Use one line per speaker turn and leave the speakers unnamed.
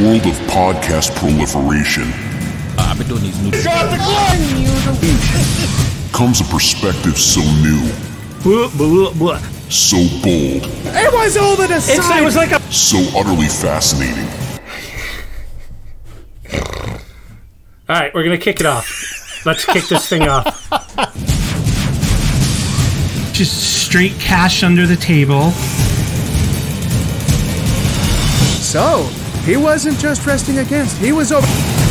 world of podcast proliferation
I've been doing these new.
comes a perspective so new, so bold,
It was all that aside.
It's, it was like a
so utterly fascinating.
All right, we're gonna kick it off. Let's kick this thing off.
just straight cash under the table.
so, he wasn't just resting against, he was over.